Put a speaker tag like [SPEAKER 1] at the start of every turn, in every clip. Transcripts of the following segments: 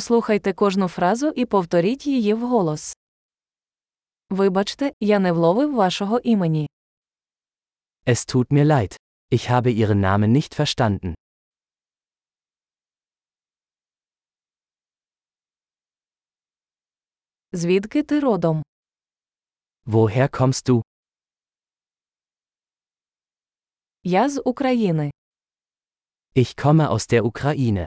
[SPEAKER 1] Послухайте кожну фразу і повторіть її вголос. Вибачте, я не вловив вашого імені.
[SPEAKER 2] Es tut mir leid. Ich habe Ihren Namen nicht verstanden.
[SPEAKER 1] Звідки ти родом?
[SPEAKER 2] Woher kommst du?
[SPEAKER 1] Я з України.
[SPEAKER 2] Ich komme aus der Ukraine.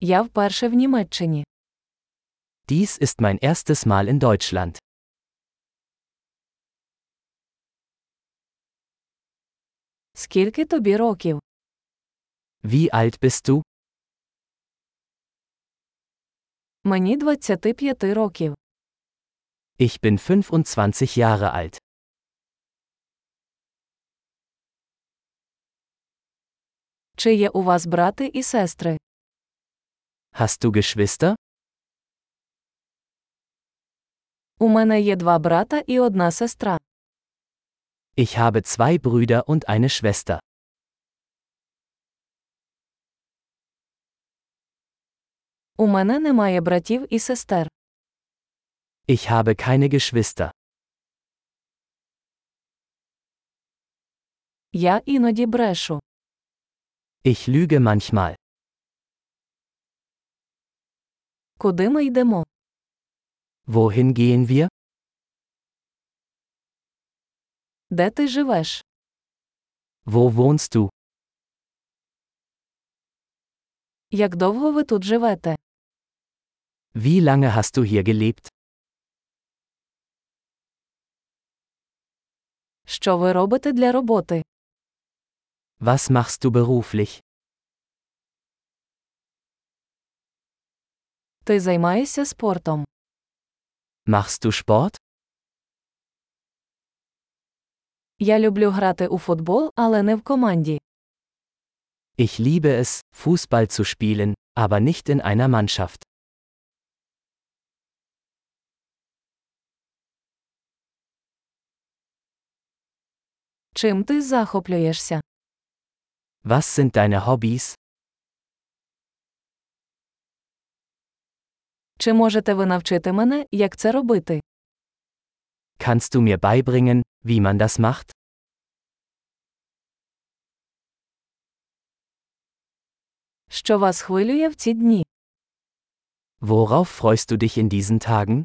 [SPEAKER 1] Я вперше в Німеччині.
[SPEAKER 2] Dies ist mein erstes Mal in Deutschland.
[SPEAKER 1] Скільки тобі років?
[SPEAKER 2] Wie alt bist du?
[SPEAKER 1] Мені 25 років.
[SPEAKER 2] Ich bin 25 Jahre alt.
[SPEAKER 1] Чи є у вас брати і сестри?
[SPEAKER 2] Hast du Geschwister?
[SPEAKER 1] У мене є два брата і одна сестра.
[SPEAKER 2] Ich habe zwei Brüder und eine Schwester.
[SPEAKER 1] У мене немає братів і сестер.
[SPEAKER 2] Ich habe keine Geschwister.
[SPEAKER 1] Я іноді брешу.
[SPEAKER 2] Ich lüge manchmal.
[SPEAKER 1] Куди ми йдемо?
[SPEAKER 2] Wohin gehen wir?
[SPEAKER 1] Де ти живеш?
[SPEAKER 2] Wo wohnst du?
[SPEAKER 1] Як довго ви тут живете?
[SPEAKER 2] Wie lange hast du hier gelebt?
[SPEAKER 1] Що ви робите для роботи?
[SPEAKER 2] Was machst du beruflich?
[SPEAKER 1] Ти займаєшся спортом.
[SPEAKER 2] Machst du Sport?
[SPEAKER 1] Я люблю грати у футбол, але не в команді.
[SPEAKER 2] Ich liebe es, Fußball zu spielen, aber nicht in einer Mannschaft.
[SPEAKER 1] Чим ти захоплюєшся?
[SPEAKER 2] Was sind deine Hobbys?
[SPEAKER 1] Чи можете ви навчити мене, як це робити?
[SPEAKER 2] Kannst du mir beibringen, wie man das macht?
[SPEAKER 1] Що вас хвилює в ці дні?
[SPEAKER 2] Worauf freust du dich in diesen Tagen?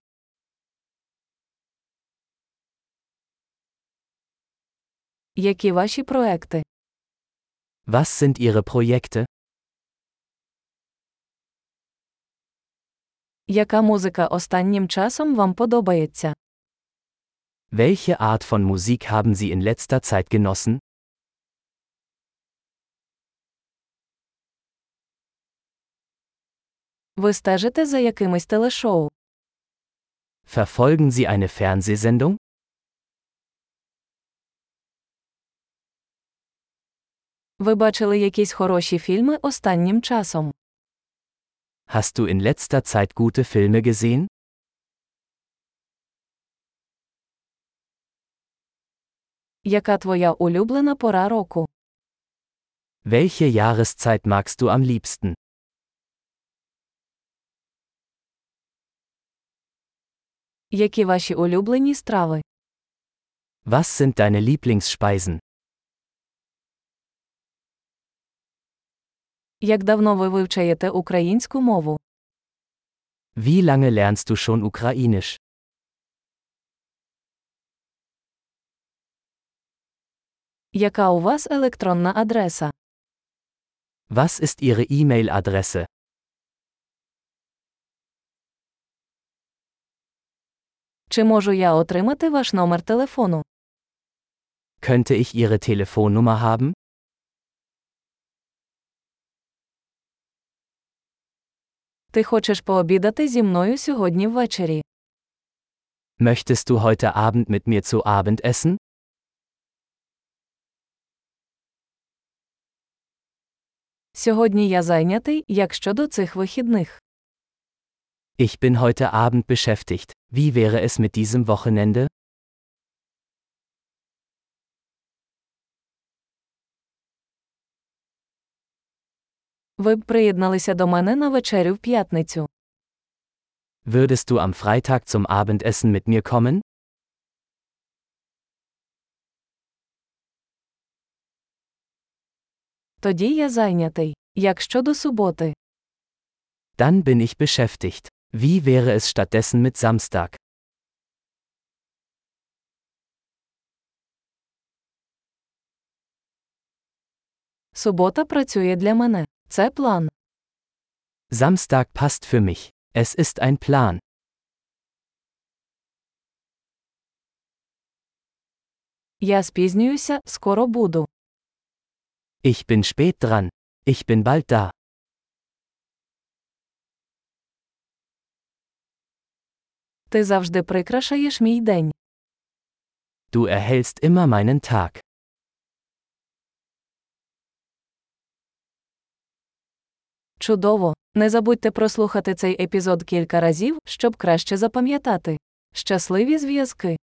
[SPEAKER 1] Які ваші проекти?
[SPEAKER 2] Was sind ihre Projekte?
[SPEAKER 1] Яка музика останнім часом вам подобається?
[SPEAKER 2] Welche Art von Musik haben sie in letzter Zeit genossen?
[SPEAKER 1] Ви стежите за якимись телешоу?
[SPEAKER 2] Verfolgen sie eine Fernsehsendung?
[SPEAKER 1] Ви бачили якісь хороші фільми останнім часом?
[SPEAKER 2] Hast du in letzter Zeit gute Filme gesehen?
[SPEAKER 1] Яка твоя улюблена пора року?
[SPEAKER 2] Welche Jahreszeit magst du am liebsten?
[SPEAKER 1] Які ваші улюблені страви?
[SPEAKER 2] Was sind deine Lieblingsspeisen?
[SPEAKER 1] Як давно ви вивчаєте українську мову?
[SPEAKER 2] Wie lange lernst du schon Ukrainisch?
[SPEAKER 1] Яка у вас електронна адреса?
[SPEAKER 2] Was ist ihre E-Mail-Adresse?
[SPEAKER 1] Чи можу я отримати ваш номер телефону?
[SPEAKER 2] Könnte ich ihre Telefonnummer haben?
[SPEAKER 1] Ти хочеш пообідати зі мною сьогодні ввечері?
[SPEAKER 2] Möchtest du heute Abend mit mir zu Abend essen?
[SPEAKER 1] Сьогодні я зайнятий, як щодо цих вихідних.
[SPEAKER 2] Ich bin heute Abend beschäftigt. Wie wäre es mit diesem Wochenende?
[SPEAKER 1] Ви б приєдналися до мене на вечерю в п'ятницю.
[SPEAKER 2] Würdest du am Freitag zum Abendessen mit mir kommen?
[SPEAKER 1] Тоді я зайнятий. Як щодо суботи?
[SPEAKER 2] Dann bin ich beschäftigt. Wie wäre es stattdessen mit Samstag?
[SPEAKER 1] Субота працює для мене. Це план.
[SPEAKER 2] Samstag passt für mich. Es ist ein Plan.
[SPEAKER 1] Я спізнююся, скоро буду.
[SPEAKER 2] Ich bin spät dran. Ich bin bald da.
[SPEAKER 1] Ти завжди прикрашаєш мій день.
[SPEAKER 2] Du erhältst immer meinen Tag.
[SPEAKER 1] Чудово! Не забудьте прослухати цей епізод кілька разів, щоб краще запам'ятати. Щасливі зв'язки!